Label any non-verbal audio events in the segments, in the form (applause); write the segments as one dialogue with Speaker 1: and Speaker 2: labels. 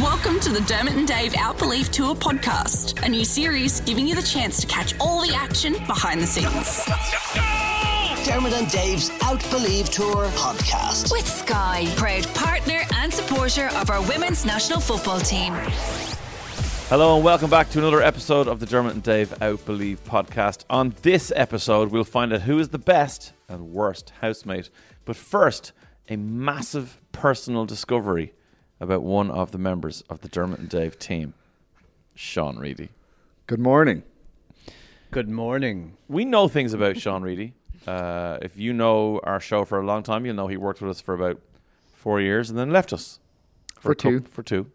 Speaker 1: Welcome to the Dermot and Dave Out Belief Tour podcast, a new series giving you the chance to catch all the action behind the scenes.
Speaker 2: Dermot and Dave's Out Believe Tour podcast.
Speaker 3: With Sky, proud partner and supporter of our women's national football team.
Speaker 4: Hello and welcome back to another episode of the Dermot and Dave Out Believe podcast. On this episode, we'll find out who is the best and worst housemate. But first, a massive personal discovery about one of the members of the Dermot and Dave team, Sean Reedy.
Speaker 5: Good morning.
Speaker 6: Good morning.
Speaker 4: We know things about Sean Reedy. (laughs) Uh, if you know our show for a long time, you'll know he worked with us for about four years and then left us
Speaker 5: For
Speaker 4: a coup-
Speaker 5: two.
Speaker 4: for two,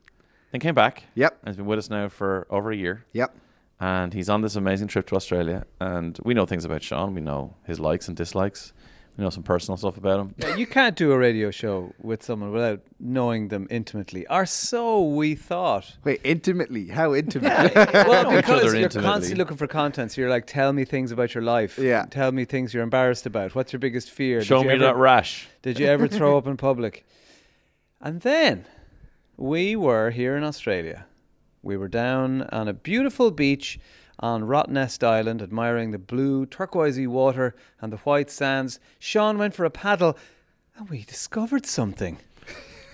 Speaker 4: then came back.
Speaker 5: Yep.
Speaker 4: and has been with us now for over a year.
Speaker 5: Yep.
Speaker 4: and he's on this amazing trip to Australia. And we know things about Sean. We know his likes and dislikes. We know some personal stuff about him.
Speaker 6: You can't do a radio show with someone without knowing them intimately, or so
Speaker 4: (laughs)
Speaker 6: we thought.
Speaker 5: Wait, intimately. How intimate?
Speaker 6: Well,
Speaker 4: other
Speaker 6: because you're
Speaker 4: intimately.
Speaker 6: constantly looking for content, so you're like, tell me things about your life.
Speaker 5: Yeah.
Speaker 6: Tell me things you're embarrassed about. What's your biggest fear? Did
Speaker 4: Show
Speaker 6: you
Speaker 4: me
Speaker 6: ever-
Speaker 4: that rash.
Speaker 6: Did you ever throw up in public? And then we were here in Australia. We were down on a beautiful beach on Rottnest Island, admiring the blue, turquoisey water and the white sands. Sean went for a paddle, and we discovered something.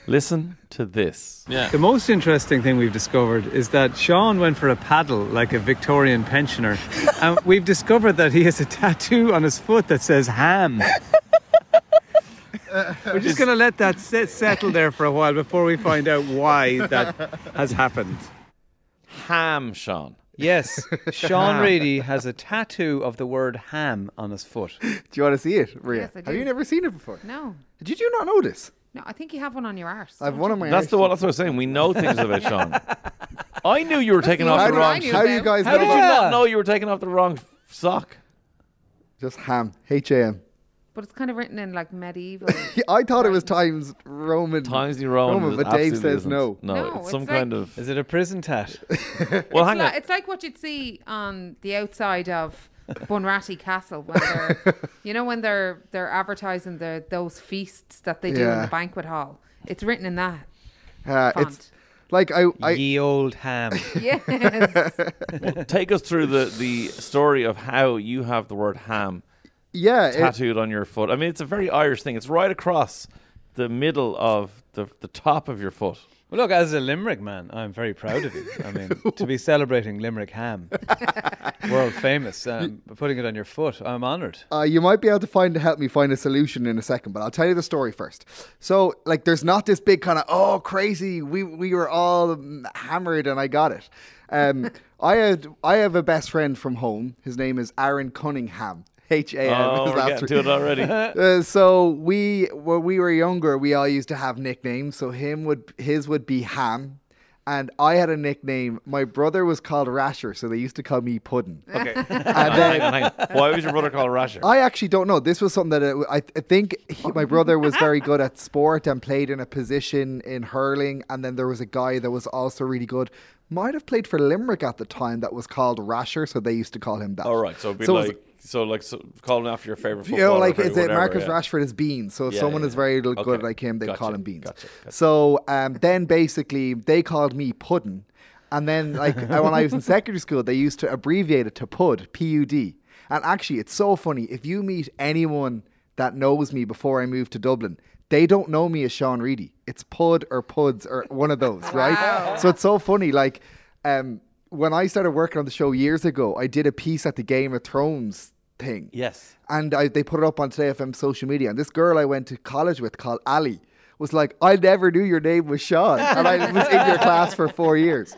Speaker 4: Listen to this. Yeah.
Speaker 6: The most interesting thing we've discovered is that Sean went for a paddle like a Victorian
Speaker 7: (laughs)
Speaker 6: pensioner, and we've discovered that he has a tattoo on his foot that says
Speaker 7: (laughs)
Speaker 6: ham. We're just going to let that sit, settle there for a while before we find out why that has happened.
Speaker 4: Ham, Sean.
Speaker 6: Yes, Sean Reedy has a tattoo of the word ham on his foot.
Speaker 5: (laughs) do you want to see it, Ria?
Speaker 7: Yes, I
Speaker 5: Have
Speaker 7: do.
Speaker 5: you never seen it before?
Speaker 7: No,
Speaker 5: Did you not notice?
Speaker 7: no. I think you have one on your arse.
Speaker 5: I have one on my.
Speaker 4: That's
Speaker 5: arse.
Speaker 4: the one. That's what I was saying. We know things about Sean. I knew you were taking
Speaker 7: the
Speaker 4: off
Speaker 5: How
Speaker 4: the
Speaker 5: do,
Speaker 7: one I
Speaker 4: wrong.
Speaker 7: knew.
Speaker 4: How
Speaker 5: how do you guys
Speaker 6: How
Speaker 5: know?
Speaker 6: did
Speaker 4: did
Speaker 6: you
Speaker 5: that?
Speaker 4: you
Speaker 6: Yeah.
Speaker 4: not know you were taking off the wrong f- sock?
Speaker 5: Just ham. H A M.
Speaker 7: but it's kind of written in like
Speaker 5: (laughs)
Speaker 7: medieval.
Speaker 5: Yeah, I thought it was Times Roman.
Speaker 4: Times New Roman. it
Speaker 5: but Dave
Speaker 4: absolutely
Speaker 5: says
Speaker 4: isn't.
Speaker 5: no.
Speaker 4: No,
Speaker 7: No,
Speaker 4: it's
Speaker 7: it's
Speaker 4: some
Speaker 7: like-
Speaker 4: kind
Speaker 6: (laughs)
Speaker 4: of.
Speaker 6: Is it a prison
Speaker 7: (laughs)
Speaker 6: tat?
Speaker 4: Well,
Speaker 7: it's,
Speaker 4: hang
Speaker 7: li-
Speaker 4: on.
Speaker 7: it's like what you'd see on the
Speaker 5: (laughs)
Speaker 7: outside of Bunratty Castle when they're, you know, when they're they're advertising the those feasts that they do in
Speaker 5: Yeah.
Speaker 7: the banquet hall. It's written in that.
Speaker 5: Uh, it's
Speaker 7: Font.
Speaker 5: like I. I
Speaker 6: Ye old ham.
Speaker 5: (laughs)
Speaker 7: Yes.
Speaker 4: Take us through the the story of how you have the word ham
Speaker 5: yeah. it-
Speaker 4: tattooed on your foot. I mean, it's a very Irish thing. It's right across the middle of the the top of your foot.
Speaker 6: Well, look, as a Limerick man, I'm very proud of you. I mean, to be celebrating Limerick ham, world famous, um, putting it on your foot, I'm honoured.
Speaker 5: Uh, you might be able to find help me find a solution in a second, but I'll tell you the story first. So, like, there's not this big kind of oh crazy. We we were all mm, hammered and I got it. Um, (laughs) I had I have a best friend from home. His name is Aaron Cunningham. H A M.
Speaker 4: oh,
Speaker 5: his
Speaker 4: we're
Speaker 5: last
Speaker 4: getting
Speaker 5: three-
Speaker 4: to it (laughs) already.
Speaker 5: uh, so we when we were younger, we all used to have nicknames. So him would his would be Ham, and I had a nickname. My brother was called Rasher, so they used to call me Puddin. Okay.
Speaker 4: (laughs)
Speaker 5: and
Speaker 4: hang
Speaker 5: then
Speaker 4: on, hang on. Why was your brother called Rasher?
Speaker 5: I actually don't know. This was something that uh, I, I think he, my brother was very
Speaker 4: (laughs)
Speaker 5: good at sport and played in a position in hurling. And then there was a guy that was also really good. Might have played for Limerick at the time that was called Rasher, so they used to call him that.
Speaker 4: All right, so it'd be
Speaker 5: So it was-
Speaker 4: like so like so calling after your favorite
Speaker 5: you
Speaker 4: footballer.
Speaker 5: know, like
Speaker 4: or
Speaker 5: is it
Speaker 4: whatever,
Speaker 5: Marcus
Speaker 4: yeah.
Speaker 5: Rashford is Beans? So if
Speaker 4: Yeah,
Speaker 5: someone
Speaker 4: yeah,
Speaker 5: is very
Speaker 4: yeah.
Speaker 5: good
Speaker 4: Okay.
Speaker 5: like him, they call
Speaker 4: Gotcha,
Speaker 5: him Beans.
Speaker 4: gotcha, gotcha.
Speaker 5: So um, then basically they called me Puddin, and then like I- when
Speaker 4: (laughs)
Speaker 5: I was in secondary school, they used to abbreviate it to Pud, P U D. And actually, it's so funny if you meet anyone that knows me before I moved to Dublin. They don't know me as Sean Reedy. It's Pud or Puds or one of those, right? So it's so funny. Like, um, when I started working on the show years ago, I did a piece at the Game of Thrones thing.
Speaker 4: Yes.
Speaker 5: And I, they put it up on Today FM's social media. And this girl I went to college with called Ali was like, I never knew your name was Sean. And I was in your class for four years.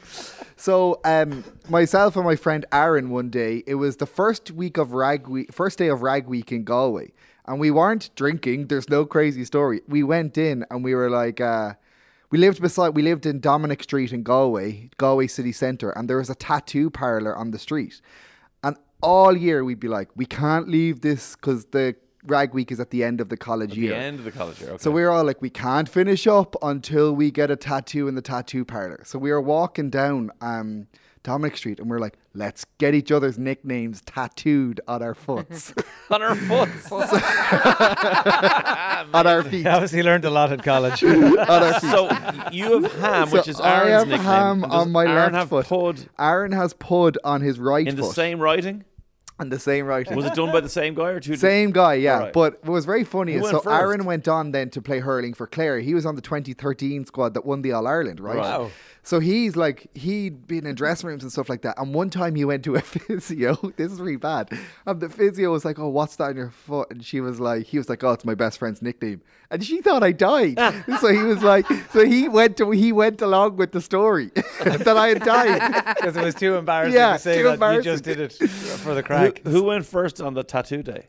Speaker 5: So um, myself and my friend Aaron one day, it was the first week of rag week, first day of rag week in Galway. And we weren't drinking. There's no crazy story. We went in and we were like, uh, we lived beside we lived in Dominic Street in Galway, Galway city centre, and there was a tattoo parlour on the street. And all year we'd be like, we can't leave this because the rag week is at the end of the college
Speaker 4: The
Speaker 5: year.
Speaker 4: end of the college year. Okay.
Speaker 5: So we were all like, we can't finish up until we get a tattoo in the tattoo parlor. So we were walking down um, Dominic Street and we are like, let's get each other's nicknames tattooed on
Speaker 4: (laughs)
Speaker 5: our foots,
Speaker 4: on her
Speaker 5: (laughs)
Speaker 4: foot.
Speaker 5: on our feet, on
Speaker 6: Obviously, learned a lot at college.
Speaker 5: our feet.
Speaker 4: (laughs) so you have ham,
Speaker 5: So
Speaker 4: which is
Speaker 5: I
Speaker 4: Aaron's
Speaker 5: have
Speaker 4: nickname. and
Speaker 5: ham
Speaker 4: does
Speaker 5: on my
Speaker 4: Aaron
Speaker 5: left
Speaker 4: have
Speaker 5: foot.
Speaker 4: Pud
Speaker 5: Aaron has pud on his right
Speaker 4: in the
Speaker 5: foot
Speaker 4: same writing.
Speaker 5: and the same writing.
Speaker 4: Was it done by the same guy or two? di-
Speaker 5: Same guy, yeah.
Speaker 4: Alright.
Speaker 5: But what was very funny
Speaker 4: Who
Speaker 5: is so
Speaker 4: went
Speaker 5: Aaron
Speaker 4: first?
Speaker 5: went on then to play hurling for Clare. He was on the 2013 squad that won the All Ireland, right?
Speaker 6: Wow.
Speaker 5: So he's like he'd been in dressing rooms and stuff like that. And one time he went to a (laughs) physio. this is really bad. And the physio was like, "Oh, what's that on your foot?" And she was like, "He was like, oh, it's my best friend's nickname." And she thought I died. so he was like, so he went to he went along with the story (laughs) that I had died.
Speaker 6: Because it was too embarrassing
Speaker 5: Yeah,
Speaker 6: to say
Speaker 5: too
Speaker 6: that
Speaker 5: embarrassing.
Speaker 6: you just did it for the
Speaker 4: Who,
Speaker 6: crack.
Speaker 4: who went first on the tattoo day?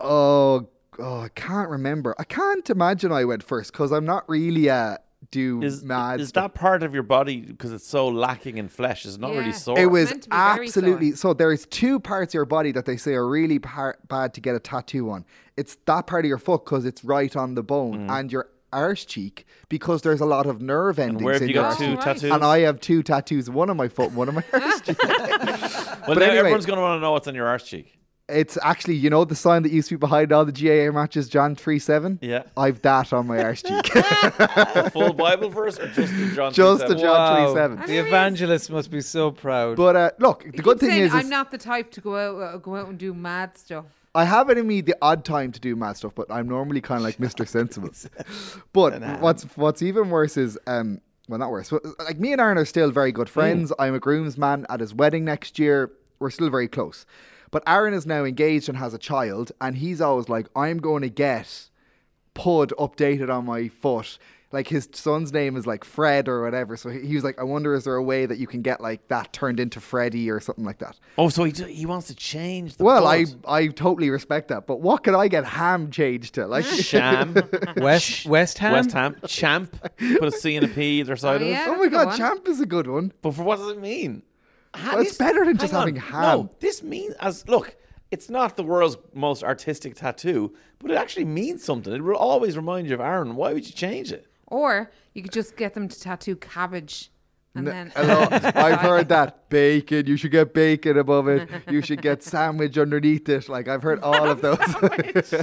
Speaker 5: Oh, oh, I can't remember. I can't imagine I went first because I'm not really a do
Speaker 4: Is,
Speaker 5: mad.
Speaker 4: is
Speaker 5: stuff.
Speaker 4: that part of your body because it's so lacking in flesh? It's not really
Speaker 7: Yeah.
Speaker 4: sore.
Speaker 5: it
Speaker 7: It's
Speaker 5: was
Speaker 7: meant to be very
Speaker 5: absolutely so. There's two parts of your body that they say are really par- bad to get a tattoo on. It's that part of your foot because it's right on the bone,
Speaker 4: Mm.
Speaker 5: and your arse cheek because there's a lot of nerve endings.
Speaker 4: Where have
Speaker 5: in
Speaker 4: you
Speaker 5: your
Speaker 4: got
Speaker 5: arse
Speaker 4: two
Speaker 7: Oh,
Speaker 5: cheek.
Speaker 7: right.
Speaker 4: tattoos?
Speaker 5: And I have two tattoos, one on my foot, and one on my
Speaker 7: (laughs)
Speaker 5: arse cheek.
Speaker 4: well,
Speaker 5: but
Speaker 4: now
Speaker 5: anyway-
Speaker 4: everyone's going to want to know what's on your arse cheek.
Speaker 5: It's actually, you know, the sign that used to be behind all the GAA matches, John three seven.
Speaker 4: Yeah.
Speaker 5: I've that on my arse
Speaker 7: (laughs)
Speaker 5: cheek. (laughs)
Speaker 4: The full Bible verse or just the John?
Speaker 5: Just the
Speaker 4: 3:7?
Speaker 5: John-
Speaker 6: wow.
Speaker 5: 27.
Speaker 6: The evangelist must be so proud.
Speaker 5: But uh, look, the
Speaker 7: You
Speaker 5: good thing
Speaker 7: keep saying
Speaker 5: is,
Speaker 7: I'm
Speaker 5: is
Speaker 7: not the type to go out uh, go out and do mad stuff.
Speaker 5: I have it in me the odd time to do mad stuff, but I'm normally kind of like Mr. Sensible. But what's what's even worse is um well not worse. but, Like me and Aaron are still very good friends. I'm a groomsman at his wedding next year. We're still very close. But Aaron is now engaged and has a child, and he's always like, I'm going to get pud updated on my foot. Like his son's name is like Fred or whatever. So he he was like, I wonder is there a way that you can get like that turned into Freddy or something like that.
Speaker 4: Oh, so he, d- he wants to change the
Speaker 5: Well, I,
Speaker 4: blood.
Speaker 5: I totally respect that, but what could I get ham changed to? Like,
Speaker 4: Sham.
Speaker 6: West West Ham.
Speaker 4: West Ham. Champ. Put a C and a P either side
Speaker 7: Oh,
Speaker 4: of it.
Speaker 7: yeah.
Speaker 5: (laughs) oh
Speaker 7: that's
Speaker 5: my
Speaker 7: a good
Speaker 5: god,
Speaker 7: one.
Speaker 5: champ is a good one.
Speaker 4: But for what does it mean? Ha-
Speaker 5: Well, it's better than just
Speaker 4: hang
Speaker 5: having ham.
Speaker 4: No, this means as look, it's not the world's most artistic tattoo, but it actually means something. It will always remind you of Aaron. Why would you change it?
Speaker 7: Or you could just get them to tattoo cabbage, and then (laughs)
Speaker 5: Hello, I've heard that bacon. You should get bacon above it. You should
Speaker 7: (laughs)
Speaker 5: get sandwich underneath it. Like I've heard all of those.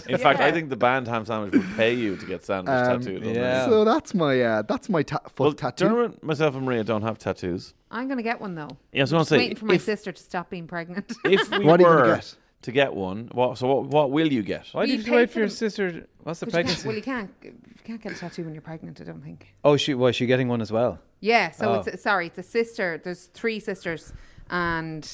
Speaker 4: In fact, I think the band Ham Sandwich would pay you to get sandwich tattooed. on
Speaker 6: yeah.
Speaker 4: there.
Speaker 5: so that's my uh, that's my ta- foot
Speaker 4: Well,
Speaker 5: Um, tattoo.
Speaker 4: Dermot, myself, and Maria don't have tattoos.
Speaker 7: I'm gonna get one though.
Speaker 4: Yeah, I was going to say,
Speaker 7: Waiting for my
Speaker 4: if,
Speaker 7: sister to stop being pregnant.
Speaker 5: (laughs)
Speaker 4: if we
Speaker 5: What are you gonna
Speaker 4: were
Speaker 5: get?
Speaker 4: to get one, what, so what, what will you get?
Speaker 6: Why
Speaker 7: Will
Speaker 6: did
Speaker 7: you
Speaker 6: you
Speaker 7: pay
Speaker 6: wait
Speaker 7: for
Speaker 6: for your
Speaker 7: them?
Speaker 6: sister? What's the
Speaker 7: But you can't-
Speaker 6: pregnancy?
Speaker 7: well, you can't you can't get a tattoo when you're pregnant. I don't think.
Speaker 6: Oh, she was she getting one as well?
Speaker 7: Yeah,
Speaker 6: Oh.
Speaker 7: so it's sorry, it's a sister. There's three sisters, and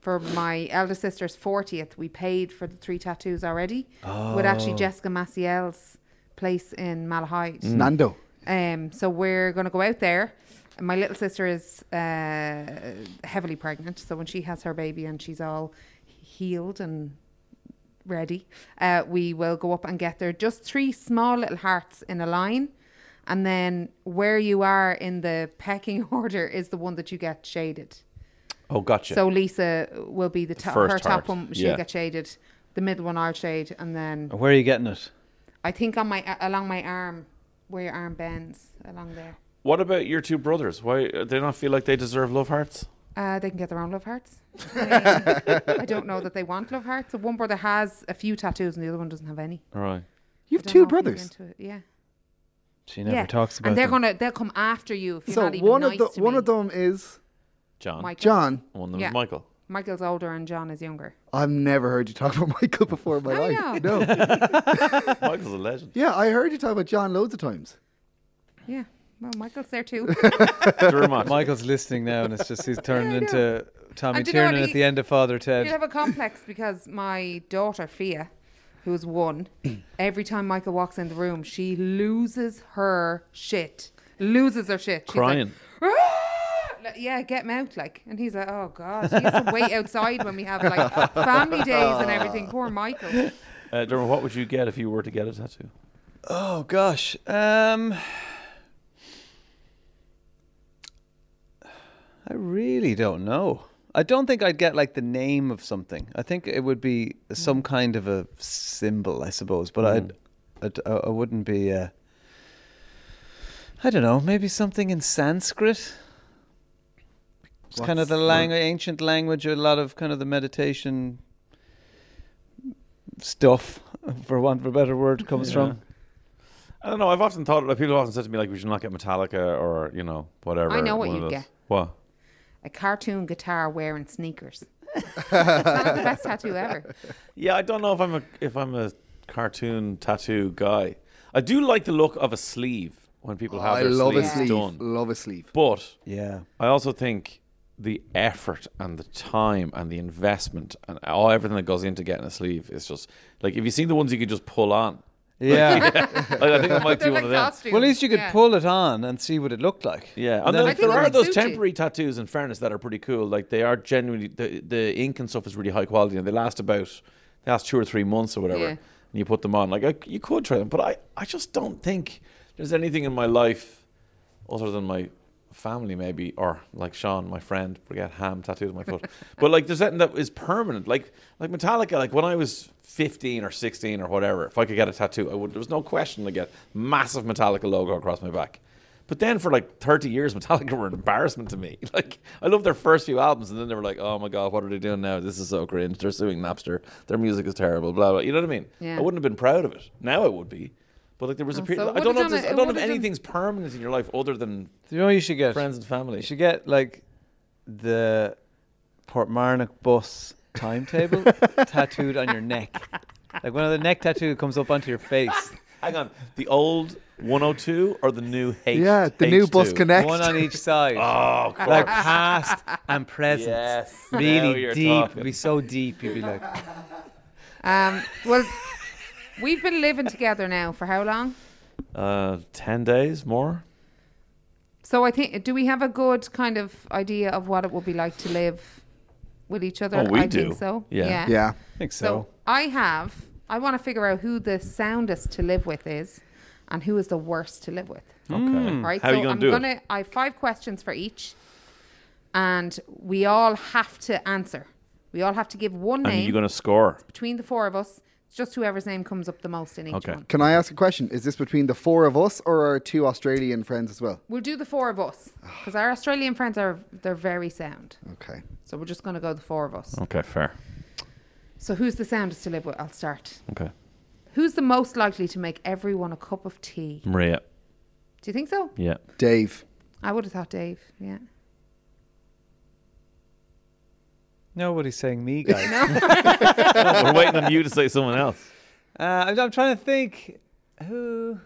Speaker 7: for my eldest sister's fortieth, we paid for the three tattoos already. With
Speaker 6: Oh.
Speaker 7: actually Jessica Maciel's place in Malahide.
Speaker 5: Nando.
Speaker 7: Um, so we're gonna go out there. And My little sister is uh, heavily pregnant, so when she has her baby and she's all healed and ready, uh, we will go up and get there. Just three small little hearts in a line, and then where you are in the pecking (laughs) order is the one that you get shaded.
Speaker 4: Oh, gotcha.
Speaker 7: So Lisa will be the top.
Speaker 4: First
Speaker 7: Her
Speaker 4: heart,
Speaker 7: top one she'll
Speaker 4: yeah.
Speaker 7: get shaded. The middle one I'll shade, and then
Speaker 6: Where are you getting it?
Speaker 7: I think on my along my arm, where your arm bends along there.
Speaker 4: what about your two brothers? Why do they not feel like they deserve love hearts?
Speaker 7: Uh, they can get their own
Speaker 5: (laughs)
Speaker 7: love hearts. I mean, I don't know that they want love hearts. So one brother has a few tattoos and the other one doesn't have any.
Speaker 4: All right.
Speaker 5: You
Speaker 7: I
Speaker 5: have
Speaker 7: don't
Speaker 5: two
Speaker 7: know if he's
Speaker 5: brothers.
Speaker 7: into it, Yeah.
Speaker 6: She never
Speaker 7: yeah.
Speaker 6: talks about
Speaker 7: And they're
Speaker 6: them.
Speaker 7: gonna they'll come after you if you're
Speaker 5: So
Speaker 7: not even
Speaker 5: one
Speaker 7: nice
Speaker 5: of the
Speaker 7: to
Speaker 5: one
Speaker 7: me.
Speaker 5: of them is
Speaker 4: John.
Speaker 7: Michael.
Speaker 5: John.
Speaker 4: One of them
Speaker 7: Yeah.
Speaker 4: is
Speaker 7: (laughs)
Speaker 4: Michael.
Speaker 7: Michael's older and John is younger.
Speaker 5: I've never heard you talk about (laughs) Michael before in my
Speaker 7: I
Speaker 5: life.
Speaker 7: know. (laughs)
Speaker 5: No.
Speaker 4: Michael's a legend.
Speaker 5: Yeah, I heard you talk about John loads of times.
Speaker 7: Yeah. Well, Michael's there too.
Speaker 5: (laughs)
Speaker 4: Dermot.
Speaker 6: Michael's listening now, and it's just he's turned
Speaker 7: I know.
Speaker 6: into Tommy
Speaker 7: And do you know what?
Speaker 6: Tiernan at
Speaker 7: He-
Speaker 6: the end of Father Ted.
Speaker 7: you have a complex because my daughter Fia, who is
Speaker 5: (clears throat)
Speaker 7: one, every time Michael walks in the room, she loses her shit. Loses her shit. She's like,
Speaker 4: Crying.
Speaker 7: "Ah!" yeah, get him out, like. And he's like, oh god, he has to wait outside when we have like family days and everything. Poor Michael.
Speaker 4: Uh, Dermot, what would you get if you were to get a tattoo?
Speaker 6: Oh gosh. Um I really don't know. I don't think I'd get like the name of something. I think it would be some kind of a symbol, I suppose, but I'd, I'd I wouldn't be uh I don't know, maybe something in Sanskrit. It's kind of the langu- ancient language, a lot of kind of the meditation stuff, for want of a better word, comes from.
Speaker 4: I don't know. I've often thought like people have often said to me like we should not get Metallica or you know whatever.
Speaker 7: I know what
Speaker 4: one of
Speaker 7: you'd
Speaker 4: those.
Speaker 7: get.
Speaker 4: What?
Speaker 7: A cartoon guitar wearing sneakers. It's not the best tattoo ever.
Speaker 4: Yeah, I don't know if I'm a if I'm a cartoon tattoo guy. I do like the look of a sleeve when people have
Speaker 5: I
Speaker 4: their
Speaker 5: love a
Speaker 4: sleeves
Speaker 5: sleeve.
Speaker 4: done,
Speaker 5: Love a sleeve.
Speaker 4: but
Speaker 6: Yeah.
Speaker 4: I also think the effort and the time and the investment and all everything that goes into getting a sleeve is just like if you seen the ones you could just pull on.
Speaker 6: Yeah.
Speaker 4: (laughs) Like, I think I might do
Speaker 7: They're
Speaker 4: one
Speaker 7: like
Speaker 4: of them.
Speaker 7: (laughs) costumes.
Speaker 6: well, at least you could
Speaker 7: Yeah.
Speaker 6: pull it on and see what it looked like.
Speaker 4: Yeah, and
Speaker 6: And then
Speaker 4: then
Speaker 6: if
Speaker 4: there
Speaker 7: I think it
Speaker 4: are
Speaker 7: might
Speaker 4: those
Speaker 7: suit you.
Speaker 4: temporary tattoos. In fairness, that are pretty cool. Like they are genuinely the the ink and stuff is really high quality, and they last about they last two or three months or whatever.
Speaker 7: Yeah.
Speaker 4: And you put them on. Like I, you could try them, but I I just don't think there's anything in my life other than my family maybe or like Sean, my friend, we get ham tattoos on my foot. (laughs) but like there's something that is permanent. Like like Metallica, like when I was fifteen or sixteen or whatever, if I could get a tattoo, I would there was no question to get massive Metallica logo across my back. But then for like 30 years, (laughs) Metallica were an embarrassment to me. (laughs) Like, I love their first few albums, and then they were like, oh my God, what are they doing now? This is so cringe. They're suing Napster. Their music is terrible, blah, blah. You know what I mean?
Speaker 7: Yeah.
Speaker 4: I wouldn't have been proud of it. Now I would be. But like, there was a
Speaker 7: Oh,
Speaker 4: period.
Speaker 7: so it
Speaker 4: I don't
Speaker 7: would've
Speaker 4: know if,
Speaker 7: done
Speaker 4: there's-
Speaker 7: it-
Speaker 4: I don't
Speaker 7: it
Speaker 4: know if
Speaker 7: would've done-
Speaker 4: anything's permanent in your life other than
Speaker 6: You know what you should get?
Speaker 4: friends and family.
Speaker 6: You should get like the Portmarnock bus
Speaker 4: (laughs)
Speaker 6: timetable tattooed on your neck. Like one of the neck tattoo comes up onto
Speaker 4: (laughs)
Speaker 6: your face.
Speaker 4: Hang on. The old 102 or the new H?
Speaker 5: Yeah, the new bus
Speaker 4: H2?
Speaker 5: connect.
Speaker 6: One
Speaker 4: (laughs)
Speaker 6: on each side.
Speaker 4: Oh, of course.
Speaker 6: like past and present.
Speaker 4: Yes. Now
Speaker 6: (laughs) Really
Speaker 4: you're
Speaker 6: deep.
Speaker 4: talking.
Speaker 6: It'd be so deep. You'd
Speaker 4: (laughs)
Speaker 6: be like,
Speaker 7: Um, well, we've been living together now for how long?
Speaker 4: Uh, 10 days more?
Speaker 7: So I think, do we have a good kind of idea of what it would be like to live with each other?
Speaker 4: Oh, we
Speaker 7: I
Speaker 4: do.
Speaker 7: think so.
Speaker 4: Yeah.
Speaker 5: Yeah.
Speaker 6: I think so.
Speaker 7: So I have. I want to figure out who the soundest to live with is, and who is the worst to live with.
Speaker 4: Okay.
Speaker 7: Hmm. Right.
Speaker 4: Hmm. How
Speaker 7: so
Speaker 4: are you going to
Speaker 7: I'm
Speaker 4: do it?
Speaker 7: gonna. I have five questions for each, and we all have to answer. We all have to give one
Speaker 4: And
Speaker 7: name
Speaker 4: you're going to score.
Speaker 7: between the four of us. It's just whoever's name comes up the most in each
Speaker 4: Okay.
Speaker 7: one.
Speaker 5: Can I ask a question? Is this between the four of us or our two Australian friends as well?
Speaker 7: We'll do the four of us because our Australian friends are they're very sound.
Speaker 5: Okay.
Speaker 7: So we're just gonna go the four of us.
Speaker 4: Okay, fair.
Speaker 7: So who's the soundest to live with? I'll start.
Speaker 4: Okay.
Speaker 7: Who's the most likely to make everyone a cup of tea?
Speaker 4: Maria.
Speaker 7: Do you think so?
Speaker 4: Yeah.
Speaker 5: Dave.
Speaker 7: I would have thought Dave. Yeah.
Speaker 6: Nobody's saying me, guys.
Speaker 4: We're waiting on you to say someone else.
Speaker 6: uh, I'm, I'm trying to think who.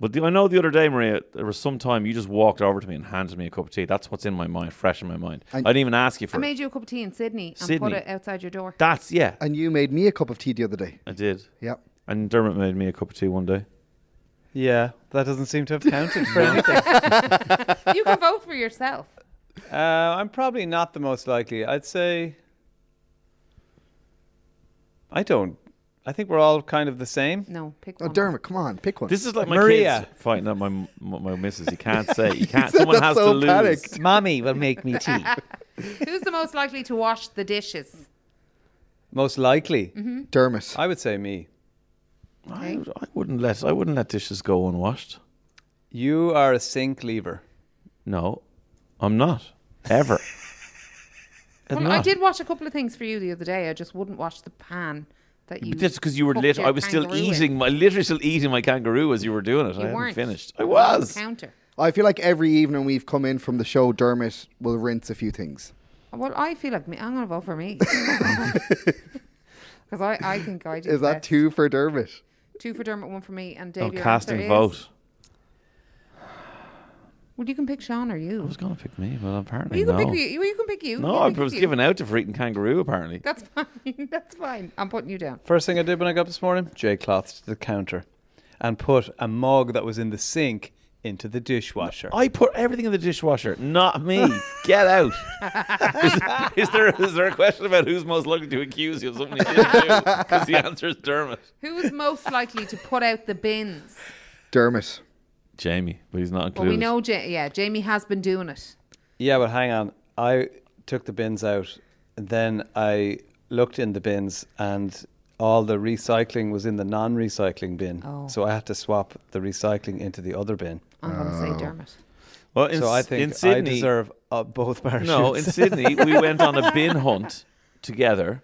Speaker 4: But the, I know the other day, Maria, there was some time you just walked over to me and handed me a cup of tea. That's what's in my mind, fresh in my mind. I, didn't even ask you for
Speaker 7: I
Speaker 4: it.
Speaker 7: made you a cup of tea in Sydney and put
Speaker 4: Sydney.
Speaker 7: it outside your door.
Speaker 4: That's yeah,
Speaker 5: And you made me a cup of tea the other day.
Speaker 4: I did.
Speaker 5: Yep. Oh,
Speaker 4: And Dermot made me a cup of tea one day.
Speaker 6: Yeah, that doesn't seem to
Speaker 4: (laughs)
Speaker 6: have counted for anything.
Speaker 7: you can vote for yourself.
Speaker 6: Uh, I'm probably not the most likely. I'd say. I don't. I think we're all kind of the same.
Speaker 7: No, pick
Speaker 5: Oh,
Speaker 7: one.
Speaker 5: Dermot, come on, pick one.
Speaker 4: This is like my
Speaker 6: Maria.
Speaker 4: kids fighting at my m- my missus. You
Speaker 5: (laughs)
Speaker 4: can't say you can't.
Speaker 5: said
Speaker 4: someone
Speaker 5: that
Speaker 4: has
Speaker 5: so
Speaker 4: to lose.
Speaker 5: panicked.
Speaker 6: (laughs) Mommy will make me tea.
Speaker 7: Who's the most likely to wash the dishes?
Speaker 6: (laughs) most likely,
Speaker 5: Dermot.
Speaker 6: I would say me.
Speaker 4: I, I wouldn't let I wouldn't let dishes go unwashed.
Speaker 6: You are a sink lever.
Speaker 4: No, I'm not ever.
Speaker 7: (laughs)
Speaker 4: I'm
Speaker 7: Well, I
Speaker 4: not.
Speaker 7: did wash a couple of things for you the other day. I just wouldn't wash the pan that you.
Speaker 4: But that's because you were
Speaker 7: cooked
Speaker 4: lit.
Speaker 7: your
Speaker 4: I was still
Speaker 7: kangaroo in.
Speaker 4: eating. My literally still eating my kangaroo as you were doing it. I
Speaker 7: You
Speaker 4: hadn't
Speaker 7: weren't
Speaker 4: finished. I
Speaker 7: It on the
Speaker 4: was.
Speaker 7: counter.
Speaker 5: I feel like every evening we've come in from the show, Dermot will rinse a few things.
Speaker 7: Well, I feel like me. I'm going to vote
Speaker 4: (laughs)
Speaker 7: for me. (laughs) Because I, I think I did.
Speaker 5: Is that
Speaker 7: best.
Speaker 5: two for Dermot?
Speaker 7: Two for Dermot, one for me, and
Speaker 4: Oh,
Speaker 7: Dave. your answer
Speaker 4: casting
Speaker 7: is-
Speaker 4: vote.
Speaker 7: Well, you can pick Sean or you.
Speaker 4: I was gonna pick me, but apparently
Speaker 7: you can
Speaker 4: no.
Speaker 7: pick you. You can pick you.
Speaker 4: No,
Speaker 7: You
Speaker 4: I
Speaker 7: pick
Speaker 4: was
Speaker 7: you.
Speaker 4: given out to for eating kangaroo. Apparently,
Speaker 7: That's (laughs) fine. That's fine. I'm putting you down.
Speaker 6: First thing I did when I got up this morning, J cloths to the counter and put a mug that was in the sink into the dishwasher.
Speaker 4: I put everything in the dishwasher. Not me. Get out. is, is there is there a question about who's most likely to accuse you of something you didn't do? Because the answer is Dermot.
Speaker 7: Who is most likely to put out
Speaker 4: (laughs)
Speaker 7: the bins?
Speaker 5: Dermot.
Speaker 4: Jamie, but he's not included.
Speaker 7: Well, we know, ja- yeah, Jamie has been doing it.
Speaker 6: Yeah, but hang on. I took the bins out, and then I looked in the bins, and all the recycling was in the non-recycling bin.
Speaker 7: Oh.
Speaker 6: So I had to swap the recycling into the other bin.
Speaker 4: Oh.
Speaker 7: I'm going to say Dermot.
Speaker 4: Well, in,
Speaker 6: so I
Speaker 4: S-
Speaker 6: think
Speaker 4: in Sydney,
Speaker 6: I deserve uh, both parachutes.
Speaker 4: No,
Speaker 6: (laughs)
Speaker 4: in Sydney, we went on a bin hunt together.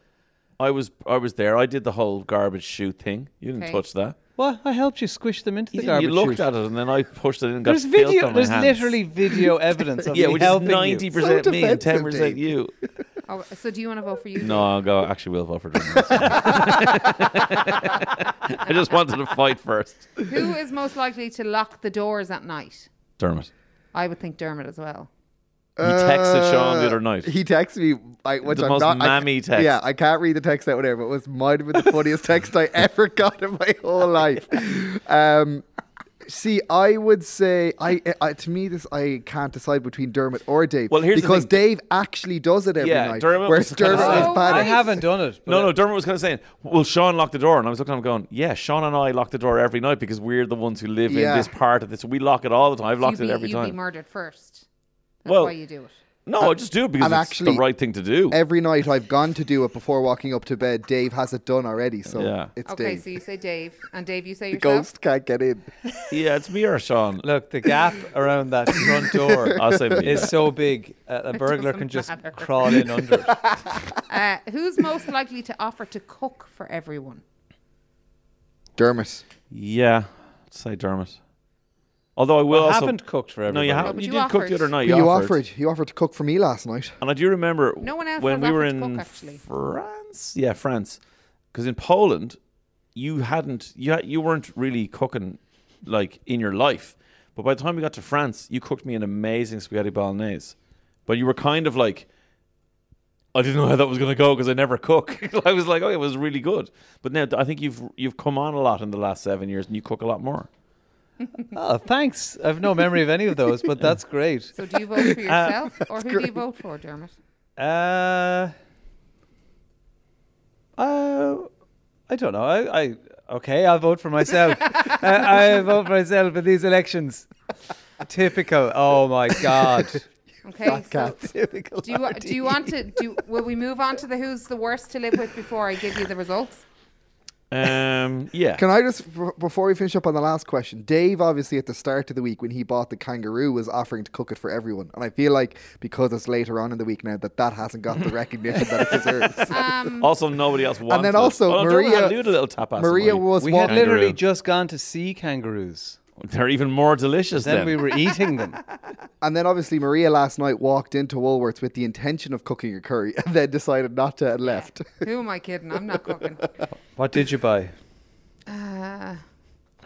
Speaker 4: I was I was there. I did the whole garbage shoe thing. You didn't
Speaker 7: Okay.
Speaker 4: touch that.
Speaker 6: well, I helped you squish them into
Speaker 4: You,
Speaker 6: the
Speaker 4: didn't-
Speaker 6: garbage.
Speaker 4: you looked
Speaker 6: chute.
Speaker 4: at it and then I pushed it in and got
Speaker 6: There's
Speaker 4: filth
Speaker 6: video.
Speaker 4: on my
Speaker 6: There's
Speaker 4: hands. (laughs)
Speaker 6: literally video evidence of
Speaker 4: yeah,
Speaker 6: me
Speaker 4: which is
Speaker 6: helping
Speaker 4: ninety
Speaker 6: you.
Speaker 4: percent
Speaker 5: So
Speaker 4: me and ten
Speaker 5: defensive,
Speaker 4: percent
Speaker 5: Dave.
Speaker 4: you.
Speaker 7: Oh, so do you want to vote for you?
Speaker 4: No, I'll go. Actually, we'll vote for Dream. (laughs) I just wanted to fight first.
Speaker 7: Who is most likely to lock the doors at night?
Speaker 4: Dermot.
Speaker 7: I would think Dermot as well.
Speaker 4: He texted Sean the other night.
Speaker 5: Uh, He texted me, I, which
Speaker 4: The
Speaker 5: I'm
Speaker 4: most
Speaker 5: not. I-
Speaker 4: mammy text.
Speaker 5: Yeah, I can't read the text out whatever. It was might have been the funniest text I (laughs) ever got in my whole life. Um, see, I would say, I, I to me this I can't decide between Dermot or Dave.
Speaker 4: Well, here's the
Speaker 5: because
Speaker 4: thing.
Speaker 5: Dave actually does it every
Speaker 4: Yeah,
Speaker 5: night,
Speaker 4: Dermot
Speaker 5: whereas
Speaker 4: was kinda
Speaker 5: Dermot
Speaker 7: saying-
Speaker 5: is
Speaker 7: Oh,
Speaker 5: bad.
Speaker 6: I
Speaker 5: at-
Speaker 7: right.
Speaker 6: haven't done it.
Speaker 4: No,
Speaker 6: but
Speaker 4: no, Dermot was kind of saying, "Will Sean lock the door?" And I was looking at him going, "Yeah, Sean and I lock the door every night because we're the ones who live
Speaker 5: Yeah.
Speaker 4: in this part of this. We lock it all the time. I've locked
Speaker 7: you'd be,
Speaker 4: it every
Speaker 7: you'd be
Speaker 4: time.
Speaker 7: murdered first. That's
Speaker 4: Well-
Speaker 7: why you do it.
Speaker 4: no, I just do it because
Speaker 5: and
Speaker 4: it's
Speaker 5: actually,
Speaker 4: the right thing to do.
Speaker 5: Every night I've gone to do it before walking up to bed. Dave has it done already, so
Speaker 4: Yeah.
Speaker 5: it's
Speaker 7: Okay,
Speaker 5: Dave.
Speaker 7: so you say Dave, and Dave, you say
Speaker 5: the
Speaker 7: yourself.
Speaker 5: ghost can't
Speaker 4: (laughs)
Speaker 5: get in.
Speaker 4: yeah, it's me or Sean.
Speaker 6: Look, the gap around that front
Speaker 4: (laughs)
Speaker 6: door
Speaker 4: I'll say me.
Speaker 6: is so big uh, a burglar can just
Speaker 7: matter.
Speaker 6: crawl in under it.
Speaker 7: Uh,
Speaker 4: (laughs)
Speaker 7: who's most likely to offer to cook for everyone?
Speaker 5: Dermot.
Speaker 4: yeah, I'd say Dermot. Although I will
Speaker 6: I
Speaker 4: also
Speaker 6: haven't cooked for
Speaker 4: No, you
Speaker 6: everybody.
Speaker 4: haven't.
Speaker 7: but
Speaker 4: you,
Speaker 7: you
Speaker 4: did cook
Speaker 7: offered.
Speaker 4: the other night.
Speaker 5: You offered. You offered to cook for me last night.
Speaker 4: And I do remember
Speaker 7: No one else
Speaker 4: when
Speaker 7: has
Speaker 4: we were
Speaker 7: offered to
Speaker 4: in
Speaker 7: cook, actually.
Speaker 4: France. Yeah, France. Because in Poland, you hadn't you ha- you weren't really cooking like in your life. But by the time we got to France, you cooked me an amazing spaghetti bolognese. But you were kind of like, I didn't know how that was going to go because I never cook. (laughs) I was like, oh, it was really good. But now I think you've you've come on a lot in the last seven years, and you cook a lot
Speaker 5: (laughs)
Speaker 4: more.
Speaker 6: Oh, thanks. I've no memory of any of those, but that's great.
Speaker 7: So do you vote
Speaker 4: Uh,
Speaker 7: for yourself, or who do you vote for, Dermot?
Speaker 6: Uh, uh, I don't know. I, I okay. I'll vote
Speaker 5: (laughs)
Speaker 6: for myself. Uh, I, I vote for myself in these elections. Typical. Oh my
Speaker 5: (laughs)
Speaker 6: god.
Speaker 7: Okay, so
Speaker 6: Typical.
Speaker 7: do you do you want to do? Will we move on to the who's the worst to live with before I give you the results?
Speaker 4: Um, yeah.
Speaker 5: Can I just, b- before we finish up on the last question, Dave obviously at the start of the week when he bought the kangaroo was offering to cook it for everyone, and I feel like because it's later on in the week now that that hasn't got the recognition that it
Speaker 7: (laughs)
Speaker 5: deserves.
Speaker 7: Um,
Speaker 4: also, nobody else wanted.
Speaker 5: and then also
Speaker 4: it. Oh, Dermot
Speaker 5: Maria,
Speaker 4: had a little tapas.
Speaker 5: Maria
Speaker 4: Maria,
Speaker 5: was
Speaker 6: We
Speaker 5: one.
Speaker 6: had literally
Speaker 4: Kangaroo.
Speaker 6: just gone to see kangaroos.
Speaker 4: they're even more delicious.
Speaker 6: Then
Speaker 4: Then,
Speaker 6: we were eating
Speaker 5: (laughs)
Speaker 6: them.
Speaker 5: and then obviously Maria last night walked into Woolworths with the intention of cooking a curry, (laughs) and then decided not to and left.
Speaker 7: who am I kidding? I'm
Speaker 4: (laughs)
Speaker 7: not cooking.
Speaker 6: What did you buy?
Speaker 7: Uh,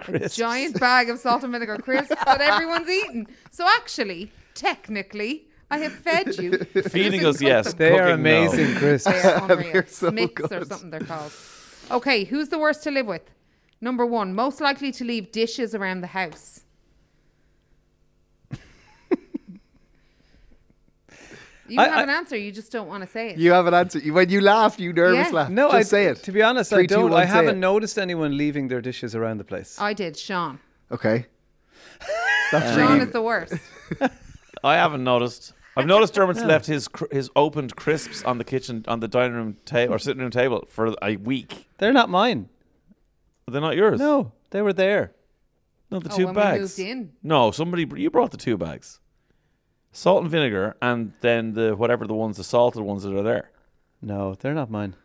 Speaker 7: a giant bag of salt and vinegar crisps that everyone's eating. So actually, technically, I have fed you.
Speaker 4: (laughs) Feeding us, yes.
Speaker 6: They are
Speaker 4: Cooking, no.
Speaker 6: amazing, Chris.
Speaker 5: (laughs)
Speaker 7: They
Speaker 4: (laughs)
Speaker 7: are unreal.
Speaker 5: They're so
Speaker 7: Smicks or
Speaker 5: good.
Speaker 7: something they're called. Okay, who's the worst to live with? Number one, most likely to leave dishes around
Speaker 4: (laughs)
Speaker 7: the house. you
Speaker 6: I-
Speaker 7: have
Speaker 6: I-
Speaker 7: an answer, you just don't want to say it.
Speaker 5: (laughs) You have an answer. You- When you laughed, you nervous
Speaker 7: Yeah.
Speaker 5: laughed.
Speaker 6: No,
Speaker 5: just
Speaker 6: I
Speaker 5: say it.
Speaker 6: To be honest, I
Speaker 5: Three, two,
Speaker 6: don't.
Speaker 5: one,
Speaker 6: I
Speaker 5: say
Speaker 6: haven't
Speaker 5: it.
Speaker 6: noticed anyone leaving their dishes around the place.
Speaker 7: I did, Sean.
Speaker 6: (laughs)
Speaker 5: Okay.
Speaker 4: Uh,
Speaker 5: That's
Speaker 7: Sean
Speaker 5: really.
Speaker 7: is the worst.
Speaker 4: I haven't noticed. I've noticed Dermot's left his cr- his opened crisps on the kitchen on the dining room table or sitting room table for a week.
Speaker 6: They're not mine.
Speaker 4: They're not yours.
Speaker 6: No, they were there.
Speaker 4: not the
Speaker 7: Oh,
Speaker 4: two
Speaker 7: when we
Speaker 4: bags.
Speaker 7: moved in.
Speaker 4: No, somebody br- you brought the two bags, salt and vinegar, and then the whatever the ones the salted ones that are there. (laughs)
Speaker 6: No, they're not mine.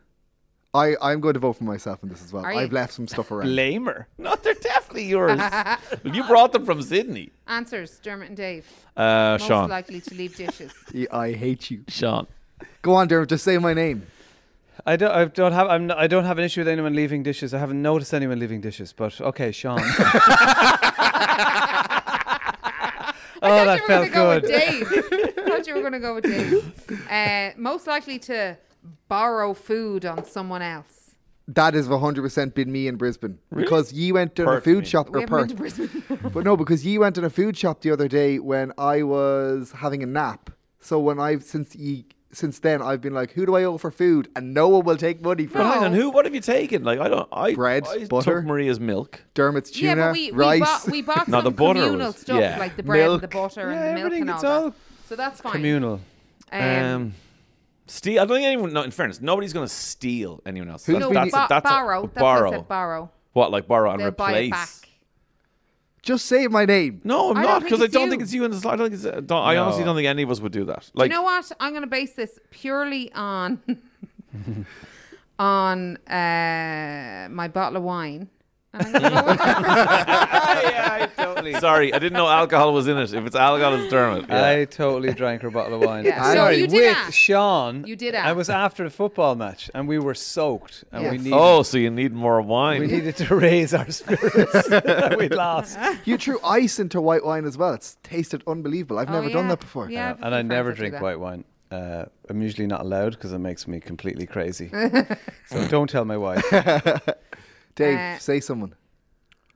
Speaker 5: I, I'm going to vote for myself in this as well.
Speaker 7: Are you?
Speaker 5: I've left some
Speaker 7: (laughs)
Speaker 5: stuff around.
Speaker 6: Blamer.
Speaker 4: No, they're definitely yours. you brought them from Sydney.
Speaker 7: Answers, Dermot and Dave.
Speaker 4: Uh,
Speaker 7: Most
Speaker 4: Sean.
Speaker 7: likely to leave dishes.
Speaker 5: Yeah, E, I hate you.
Speaker 4: Sean.
Speaker 5: Go on, Dermot. Just say my name.
Speaker 6: I don't. I don't have. I'm. Not, I don't have an issue with anyone leaving dishes. I haven't noticed anyone leaving dishes. But okay,
Speaker 7: (laughs)
Speaker 6: Sean. oh,
Speaker 7: I
Speaker 6: Oh, that
Speaker 7: thought
Speaker 6: felt
Speaker 7: you were going
Speaker 6: good.
Speaker 7: to go with Dave. I thought you were going to go with Dave. Uh, most likely to borrow food on someone else.
Speaker 5: That has 100% been me in Brisbane. Because ye went to a
Speaker 4: Perth, you mean.
Speaker 5: food shop,
Speaker 7: We
Speaker 5: or
Speaker 7: haven't been
Speaker 5: Perth.
Speaker 7: to Brisbane. (laughs)
Speaker 5: But no, because ye went in a food shop the other day when I was having a nap. So when I've, since ye, since then, I've been like, who do I owe for food? And no one will take money from
Speaker 4: But
Speaker 5: me.
Speaker 4: hang on, who? What have you taken? Like I don't. I
Speaker 5: Bread,
Speaker 4: I
Speaker 5: butter.
Speaker 4: Took Maria's milk.
Speaker 5: Dermot's tuna,
Speaker 7: yeah, but we, we
Speaker 5: rice.
Speaker 7: bought,
Speaker 4: (laughs)
Speaker 7: we bought
Speaker 4: No,
Speaker 7: some
Speaker 4: the butter
Speaker 7: communal
Speaker 4: was-
Speaker 7: stuff
Speaker 4: yeah.
Speaker 7: like the bread and the
Speaker 5: Milk.
Speaker 7: butter
Speaker 6: Yeah,
Speaker 7: and the milk
Speaker 6: everything,
Speaker 7: and all
Speaker 6: it's
Speaker 7: that.
Speaker 6: all
Speaker 7: so that's fine.
Speaker 6: Communal.
Speaker 7: Um,
Speaker 4: Um, steal. I don't think anyone. No, in fairness, nobody's going to steal anyone else.
Speaker 5: Who's
Speaker 4: That-
Speaker 7: no,
Speaker 5: been-
Speaker 4: that's,
Speaker 5: Ba-
Speaker 4: that's a-
Speaker 7: borrow.
Speaker 4: a
Speaker 7: that's what I
Speaker 4: borrow.
Speaker 7: said, borrow.
Speaker 4: What like borrow and
Speaker 7: They'll buy it
Speaker 4: replace?
Speaker 7: back.
Speaker 5: (laughs) Just say my name.
Speaker 4: No, I'm
Speaker 7: I don't
Speaker 4: not
Speaker 7: think
Speaker 4: because I
Speaker 7: it's
Speaker 4: don't
Speaker 7: you.
Speaker 4: think it's you in the slide. I, don't think it's, I don't, I honestly
Speaker 6: No.
Speaker 4: don't think any of us would do that. Like,
Speaker 7: you
Speaker 4: (laughs)
Speaker 7: know what? I'm going to base this purely on (laughs) on uh, my bottle of wine. And I'm gonna go with
Speaker 6: yeah, I totally.
Speaker 4: sorry, I didn't know alcohol was in it. If it's alcohol, it's Dermot. Yeah.
Speaker 6: (laughs) I totally drank her bottle of
Speaker 7: (laughs)
Speaker 6: wine.
Speaker 7: Yeah.
Speaker 5: So
Speaker 6: Sorry,
Speaker 7: you did
Speaker 6: with
Speaker 7: ask.
Speaker 6: Sean.
Speaker 7: You did
Speaker 6: I
Speaker 7: ask.
Speaker 6: was after a football match, and we were soaked, and we
Speaker 7: Yes.
Speaker 6: needed
Speaker 4: oh, so you need more wine.
Speaker 6: we needed to raise our spirits (laughs) that we'd
Speaker 7: (laughs)
Speaker 6: lost.
Speaker 5: You threw ice into white wine as well. It's tasted unbelievable. I've
Speaker 7: Oh,
Speaker 5: never done
Speaker 7: yeah.
Speaker 5: that before.
Speaker 7: Yeah, I've a
Speaker 6: and
Speaker 7: few
Speaker 6: I never
Speaker 7: friends that do
Speaker 6: drink
Speaker 7: that.
Speaker 6: white wine. Uh, I'm usually not allowed because it makes me completely
Speaker 7: (laughs)
Speaker 6: crazy. so don't tell my wife.
Speaker 5: Dave,
Speaker 7: Uh,
Speaker 5: say someone.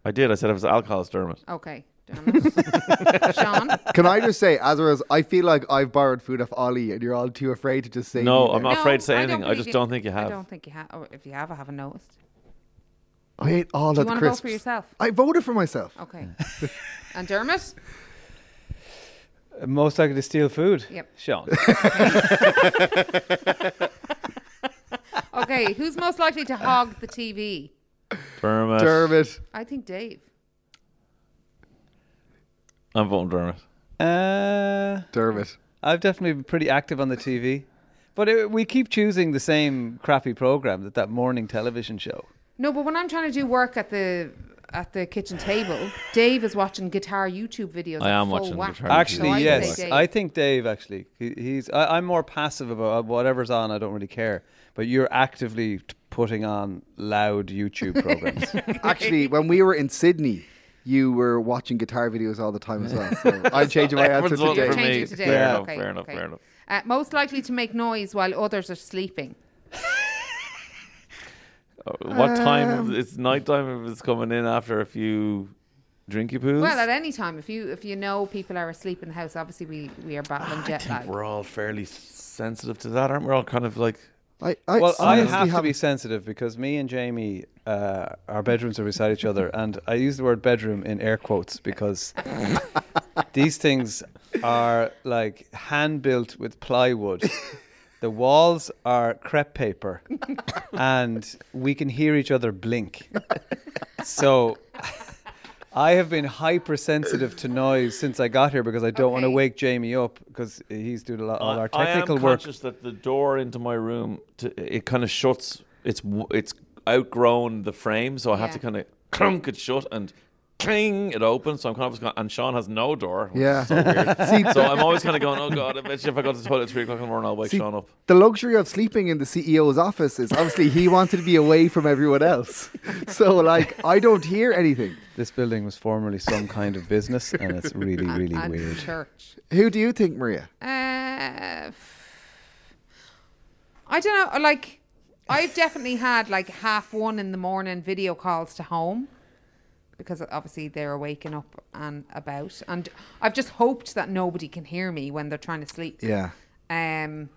Speaker 4: I did. I said it was alcohol, it's Dermot.
Speaker 7: Okay. Dermot.
Speaker 4: (laughs)
Speaker 7: Sean.
Speaker 5: Can I just say, (laughs) as well as I feel like I've borrowed food off Ollie, and you're all too afraid to just say.
Speaker 4: No,
Speaker 5: me
Speaker 4: I'm
Speaker 5: there.
Speaker 4: not afraid to say
Speaker 7: I
Speaker 4: anything.
Speaker 7: don't
Speaker 4: I just
Speaker 7: believe
Speaker 4: don't think you
Speaker 7: I
Speaker 4: have.
Speaker 7: don't think you have. Or if you have, I haven't noticed.
Speaker 5: I ate all
Speaker 7: Do
Speaker 5: of
Speaker 7: you
Speaker 5: the
Speaker 7: want to vote
Speaker 5: crisps.
Speaker 7: for yourself?
Speaker 5: I voted for myself.
Speaker 7: Okay. and Dermot?
Speaker 6: Most likely to steal food.
Speaker 7: Yep.
Speaker 6: Sean.
Speaker 7: Okay, who's most likely to hog the TV?
Speaker 4: Dermot.
Speaker 5: Dermot.
Speaker 7: I think Dave.
Speaker 4: I'm voting Dermot.
Speaker 6: uh,
Speaker 5: Dermot.
Speaker 6: I've definitely been pretty active on the TV, but it, we keep choosing the same crappy program that that morning television show.
Speaker 7: No, but when I'm trying to do work at the at the kitchen table, Dave is watching guitar YouTube videos.
Speaker 4: I
Speaker 7: at
Speaker 4: am
Speaker 7: full
Speaker 4: watching
Speaker 7: whack.
Speaker 4: guitar
Speaker 6: Actually,
Speaker 7: So I'd
Speaker 6: yes,
Speaker 7: say Oh, Dave.
Speaker 6: I think Dave. Actually, he, he's. I, I'm more passive about uh, whatever's on. I don't really care. But you're actively t- putting on loud
Speaker 7: (laughs)
Speaker 6: YouTube programs.
Speaker 5: Actually, when we were in Sydney, you were watching guitar videos all the time as well. So I'm changing my answer
Speaker 4: Everyone's
Speaker 5: to
Speaker 4: voting
Speaker 7: You're
Speaker 4: for
Speaker 5: Dave.
Speaker 4: me.
Speaker 7: changing today.
Speaker 6: Fair
Speaker 4: enough, fair enough, fair enough.
Speaker 7: Uh, most likely to make noise while others are sleeping.
Speaker 4: Uh, What
Speaker 6: Um,
Speaker 4: time? It's night time if it's coming in after a few drinky poos.
Speaker 7: Well, at any time, if you if you know people are asleep in the house, obviously we, we are battling
Speaker 4: Ah, I
Speaker 7: jet
Speaker 4: think
Speaker 7: lag.
Speaker 4: we're all fairly sensitive to that, aren't we? We're all kind of like,
Speaker 5: I, I
Speaker 6: well, I
Speaker 5: honestly
Speaker 6: have to be
Speaker 5: haven't-
Speaker 6: sensitive because me and Jamie, uh, our bedrooms are beside each other, and I use the word bedroom in air quotes
Speaker 4: (laughs)
Speaker 6: because these things are like hand built with plywood. The walls are crepe paper, and we can hear each other blink. So. (laughs) I have been hypersensitive to noise since I got here because I don't want to
Speaker 7: Okay.
Speaker 6: wake Jamie up because he's doing a lot all
Speaker 4: I-
Speaker 6: our technical
Speaker 4: I am
Speaker 6: work.
Speaker 4: conscious that the door into my room, to, it kind of shuts. It's w- it's outgrown the frame, so I have
Speaker 7: Yeah.
Speaker 4: to kind of clunk it shut and cling it open. So I'm kind of just going, and Sean has no door. which
Speaker 5: Yeah.
Speaker 4: is so
Speaker 5: (laughs)
Speaker 4: weird. so I'm always kind of going, oh god, I bet you if I go to the toilet at three o'clock in the morning, I'll wake
Speaker 5: See,
Speaker 4: Sean up.
Speaker 5: The luxury of sleeping in the CEO's office is obviously he wanted to be away from everyone else. (laughs) So, like, I don't hear anything.
Speaker 6: This building was formerly some kind of business, and it's really, really
Speaker 7: (laughs) and
Speaker 6: weird.
Speaker 7: church.
Speaker 5: Who do you think, Maria?
Speaker 7: Uh, I don't know. Like, I've definitely had like half one in the morning video calls to home because obviously they're waking up and about, and I've just hoped that nobody can hear me when they're trying to sleep.
Speaker 5: Yeah.
Speaker 7: Um.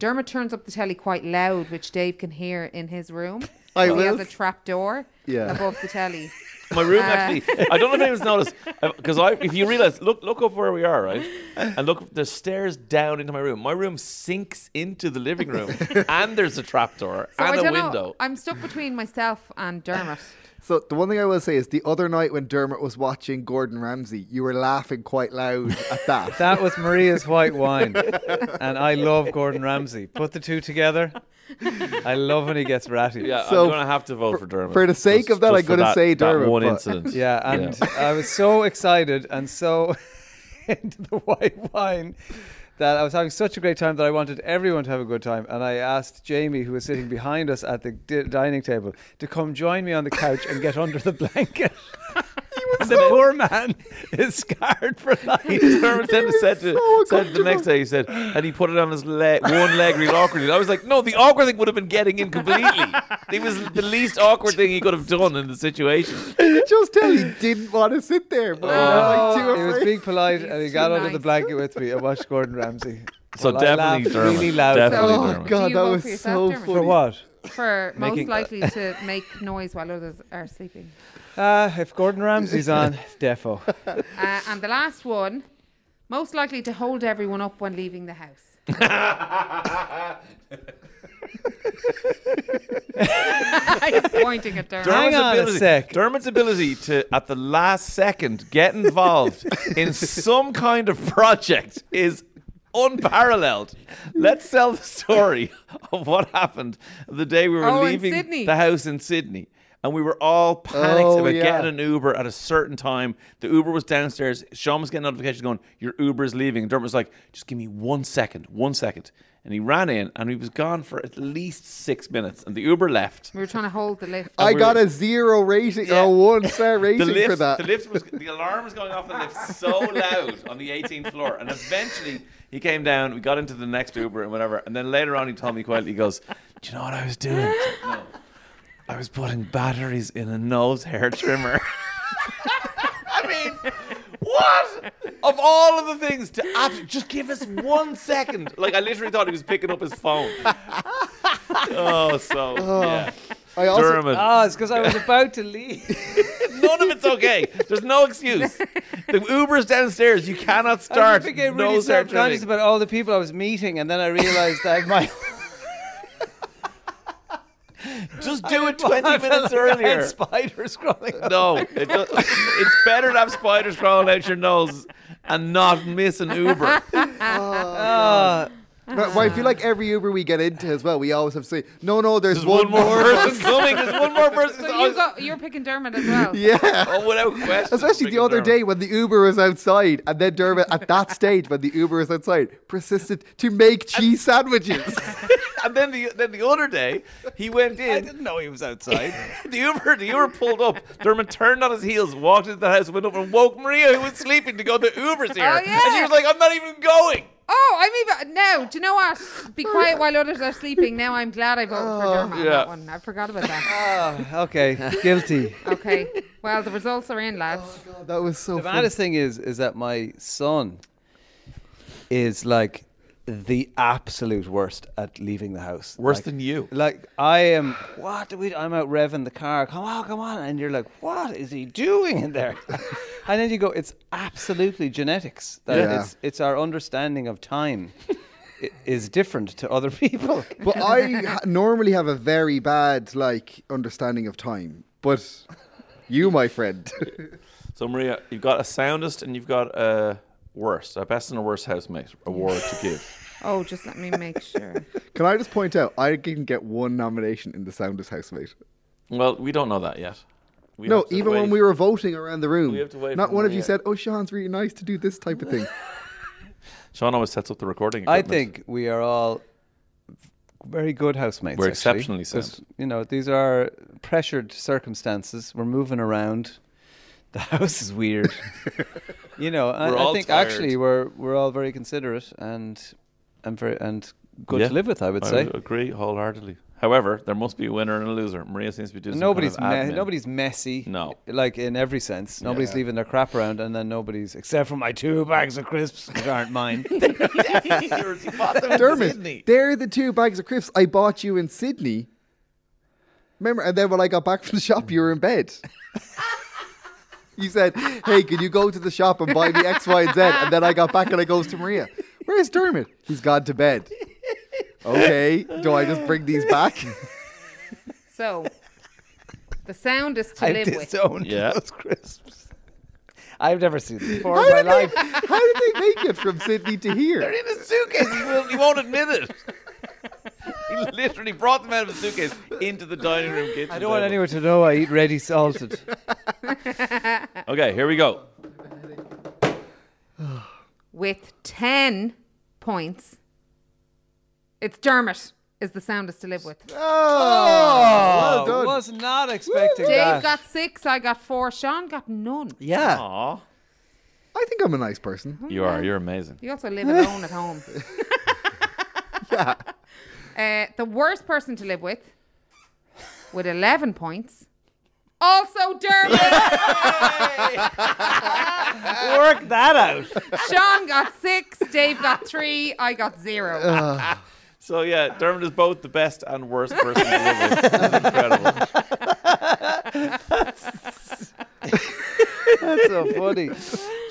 Speaker 7: Dermot turns up the telly quite loud, which Dave can hear in his room.
Speaker 5: (laughs) I
Speaker 7: he
Speaker 5: will.
Speaker 7: has a trap door
Speaker 5: Yeah.
Speaker 7: above
Speaker 4: (laughs)
Speaker 7: the telly.
Speaker 4: My
Speaker 7: Uh.
Speaker 4: room actually. I don't know if anyone's noticed because I, if you realize, look, look up where we are, right, and look, there's stairs down into my room. My room sinks into the living
Speaker 7: (laughs)
Speaker 4: room, and there's a trapdoor
Speaker 7: So I
Speaker 4: and a
Speaker 7: don't know.
Speaker 4: window.
Speaker 7: I'm stuck between myself and Dermot.
Speaker 5: So, the one thing I will say is the other night when Dermot was watching Gordon Ramsay, you were laughing quite loud at that.
Speaker 6: That was Maria's white
Speaker 7: (laughs)
Speaker 6: wine, and I love Gordon Ramsay. Put the two together. I love when he gets ratty.
Speaker 4: Yeah,
Speaker 5: So,
Speaker 4: I'm gonna have to vote for, Dermot.
Speaker 5: for the sake of that,
Speaker 4: just
Speaker 5: I'm
Speaker 4: for
Speaker 5: gonna
Speaker 4: that-
Speaker 5: say
Speaker 4: that
Speaker 5: Dermot,
Speaker 4: one
Speaker 5: but- (laughs)
Speaker 4: incident.
Speaker 6: Yeah, and I was so excited and so (laughs) into the white wine that I was having such a great time that I wanted everyone to have a good time. And I asked Jamie, who was sitting behind us at the di- dining table, to come join me on the couch and get under the blanket. (laughs) And the poor man (laughs) is scarred
Speaker 4: (laughs)
Speaker 6: for life.
Speaker 4: Dermot then said, to,
Speaker 5: so
Speaker 4: said the next day, he said, and he put it on his leg, one leg really awkwardly. And I was like, no, the awkward thing would have been getting in completely. It was the least awkward thing he could have done in the situation.
Speaker 5: Just tell he didn't want to sit there, but he
Speaker 6: Oh,
Speaker 5: was like
Speaker 6: he
Speaker 5: too
Speaker 6: was
Speaker 5: afraid.
Speaker 6: being polite and he
Speaker 7: He's
Speaker 6: got
Speaker 7: too
Speaker 6: under the
Speaker 7: nice.
Speaker 6: blanket with me and watched Gordon Ramsay.
Speaker 4: So
Speaker 6: Well, I
Speaker 4: definitely
Speaker 6: laughed
Speaker 4: Dermot.
Speaker 6: really loud.
Speaker 4: (laughs) Definitely
Speaker 5: Oh,
Speaker 4: Dermot.
Speaker 5: God,
Speaker 7: you
Speaker 5: that
Speaker 7: vote
Speaker 5: was
Speaker 7: for
Speaker 5: so
Speaker 7: yourself, Dermot?
Speaker 5: funny.
Speaker 6: For what?
Speaker 4: (laughs)
Speaker 7: for
Speaker 6: Making-
Speaker 7: most likely to make noise while others are sleeping.
Speaker 6: Uh, if Gordon Ramsay's
Speaker 4: (laughs)
Speaker 6: on, defo.
Speaker 7: Uh, and the last one,
Speaker 4: (laughs)
Speaker 7: most likely to hold everyone up when leaving the house. (laughs) He's pointing at Dermot.
Speaker 6: Hang on a
Speaker 4: ability,
Speaker 6: sec.
Speaker 4: Dermot's ability to, at the last second, get involved in some kind of project is unparalleled. Let's tell the story of what happened the day we were
Speaker 7: Oh, in
Speaker 4: leaving
Speaker 7: Sydney.
Speaker 4: the house in Sydney. And we were all panicked
Speaker 5: Oh,
Speaker 4: about
Speaker 5: yeah.
Speaker 4: getting an Uber at a certain time. The Uber was downstairs. Sean was getting notifications going, Your Uber is leaving. And Dermot was like, Just give me one second, one second. And he ran in and he was gone for at least six minutes. And the Uber left.
Speaker 7: We were trying to hold the lift.
Speaker 5: I
Speaker 4: Oh, we
Speaker 5: got
Speaker 4: were-
Speaker 5: a zero rating
Speaker 4: Yeah.
Speaker 5: or a
Speaker 4: (laughs)
Speaker 5: one star rating
Speaker 4: the lift,
Speaker 5: for that.
Speaker 4: The lift
Speaker 5: (laughs)
Speaker 4: was the alarm was going off the lift so loud on the 18th floor, and eventually he came down. We got into the next Uber and whatever, and then later on he told me quietly, he goes, "Do you know what I was doing? I said, no, I was putting batteries in a nose hair trimmer." (laughs) I mean, what? Of all of the things to abs- just give us one second. Like I literally thought he was picking up his phone. (laughs) oh, so yeah.
Speaker 5: I also
Speaker 4: Dermot.
Speaker 6: Oh, it's because I was about to leave. (laughs)
Speaker 4: None of it's okay. There's no excuse. The Uber's downstairs. You cannot start.
Speaker 6: I became
Speaker 4: no
Speaker 6: really
Speaker 4: self
Speaker 6: self-conscious about all the people I was meeting, and then I realized that (laughs) my
Speaker 4: Just do it 20 minutes
Speaker 6: (laughs) I
Speaker 4: earlier.
Speaker 6: had spiders crawling. up.
Speaker 4: No, it do- it's better to have spiders crawling out your nose and not miss an Uber.
Speaker 5: But- but I feel like every Uber we get into as well, we always have to say, no, no, there's,
Speaker 4: There's one more person coming. There's one more person.
Speaker 7: So you got, you're picking Dermot as
Speaker 5: (laughs) (laughs)
Speaker 7: well.
Speaker 5: Yeah.
Speaker 4: oh, without question.
Speaker 5: Especially the
Speaker 4: Freaking
Speaker 5: other
Speaker 4: Dermot.
Speaker 5: day when the Uber was outside, and then Dermot at that stage when the Uber was outside persisted to make cheese
Speaker 4: (laughs)
Speaker 5: sandwiches. (laughs)
Speaker 4: And then the then the other day, he went in.
Speaker 6: I didn't know he was outside.
Speaker 4: (laughs) The Uber, the Uber pulled up. Dermot turned on his heels, walked into the house, went up and woke Maria, who was sleeping, to go. The Uber's here,
Speaker 7: Oh, yeah.
Speaker 4: and she was like, "I'm not even going."
Speaker 7: Oh, I'm even. No, do you know what? Be quiet while others are sleeping. Now I'm glad I voted
Speaker 5: Oh.
Speaker 7: for Dermot on
Speaker 4: yeah.
Speaker 7: that one. I forgot about that.
Speaker 6: (laughs) okay, (laughs) guilty.
Speaker 7: Okay. Well, the results are in, lads.
Speaker 5: that was so
Speaker 6: The
Speaker 5: funny.
Speaker 6: baddest thing is, is that my son is like the absolute worst at leaving the house.
Speaker 4: Worse
Speaker 6: Like-
Speaker 4: than you.
Speaker 6: Like I am. What do we? I'm out revving the car. Come on, come on! And you're like, what is he doing in there? (laughs) and then you go, it's absolutely genetics. That
Speaker 5: Yeah.
Speaker 6: it's, it's our understanding of time i- is different to other (laughs) people.
Speaker 4: (laughs)
Speaker 5: But I ha- normally have a very bad like understanding of time. But you, my friend, (laughs)
Speaker 4: So Maria, you've got a soundest and you've got a worst, a best and a worst housemate award to
Speaker 5: (laughs)
Speaker 4: give.
Speaker 7: Oh, just let me make sure.
Speaker 5: can I just point out I didn't get one nomination in the Soundest Housemate.
Speaker 4: Well, we don't know that yet. We
Speaker 5: No,
Speaker 4: have to
Speaker 5: even
Speaker 4: wait.
Speaker 5: when we were voting around the room,
Speaker 4: We have to wait
Speaker 5: not
Speaker 4: for
Speaker 5: one of you
Speaker 4: Maria.
Speaker 5: said, "Oh, Sean's really nice to do this type
Speaker 4: (laughs)
Speaker 5: of thing."
Speaker 4: Sean always sets up the recording.
Speaker 6: I
Speaker 4: equipment.
Speaker 6: think we are all very good housemates.
Speaker 4: We're
Speaker 6: actually,
Speaker 4: exceptionally
Speaker 6: 'cause,
Speaker 4: sound.
Speaker 6: You know, these are pressured circumstances. We're moving around. (laughs) The house is
Speaker 4: (laughs)
Speaker 6: weird. you know, I,
Speaker 4: We're
Speaker 6: I
Speaker 4: all
Speaker 6: think
Speaker 4: tired.
Speaker 6: actually we're we're all very considerate and and very and good
Speaker 4: Yeah.
Speaker 6: to live with. I would
Speaker 4: I
Speaker 6: say
Speaker 4: would agree wholeheartedly. However, there must be a winner and a loser. Maria seems to be doing some kind
Speaker 6: nobody's
Speaker 4: of
Speaker 6: me-
Speaker 4: admin.
Speaker 6: nobody's messy.
Speaker 4: No.
Speaker 6: like in every sense, nobody's leaving their crap around, and then nobody's except for my two bags of crisps, which
Speaker 5: (laughs)
Speaker 6: aren't mine.
Speaker 5: Dermot, they're the two bags of crisps I bought you in Sydney. Remember? And then when I got back from the shop, you were in bed. (laughs) you said, "Hey, can you go to the shop and buy me X, Y, and Z?" And then I got back and I goes to Maria, "Where's Dermot? He's gone to bed." Okay, do I just bring these back? (laughs)
Speaker 7: So, the sound is to
Speaker 6: I
Speaker 7: live with.
Speaker 4: (laughs)
Speaker 6: disowned
Speaker 4: Yeah.
Speaker 6: those crisps. I've never seen them before
Speaker 5: How
Speaker 6: in my
Speaker 5: did, they, (laughs)
Speaker 6: life.
Speaker 5: how did they make it from Sydney to here?
Speaker 4: in his suitcase. (laughs) He won't, he won't admit
Speaker 6: (laughs)
Speaker 4: it. (laughs) He literally brought them out of the suitcase into the dining room kitchen.
Speaker 6: I don't want
Speaker 4: table.
Speaker 6: anyone to know I eat ready salted.
Speaker 4: Okay, here we go.
Speaker 7: With 10 points, it's Dermot is the sound is to live with.
Speaker 5: Oh, well
Speaker 6: I
Speaker 5: done.
Speaker 6: was not expecting
Speaker 7: Dave
Speaker 6: that.
Speaker 7: got six, I got four, Sean got none.
Speaker 5: yeah,
Speaker 4: Aw.
Speaker 5: I think I'm a nice person.
Speaker 4: You are. You're amazing.
Speaker 7: You also live alone
Speaker 4: (laughs)
Speaker 7: at home. (laughs) uh, the worst person to live with, with 11 points, also Dermot.
Speaker 4: (laughs)
Speaker 6: Work that out.
Speaker 7: Sean got six, Dave got three, I got zero.
Speaker 4: Ah, So yeah, Dermot is both the best and worst person to live with. That's incredible.
Speaker 6: That's so funny.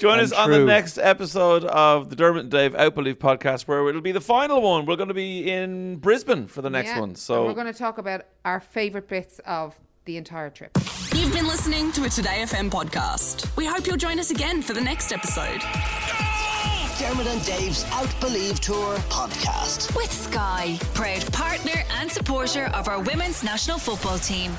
Speaker 4: Join us
Speaker 6: And
Speaker 4: on the
Speaker 6: true.
Speaker 4: next episode of the Dermot and Dave Out Believe podcast, where it'll be the final one. We're going to be in Brisbane for the next
Speaker 7: Yeah.
Speaker 4: one.
Speaker 7: And
Speaker 4: So
Speaker 7: we're going to talk about our favorite bits of the entire trip.
Speaker 1: You've been listening to a Today FM podcast. We hope you'll join us again for the next episode.
Speaker 2: Dermot and Dave's Out Believe Tour podcast.
Speaker 3: With Sky, proud partner and supporter of our women's national football team.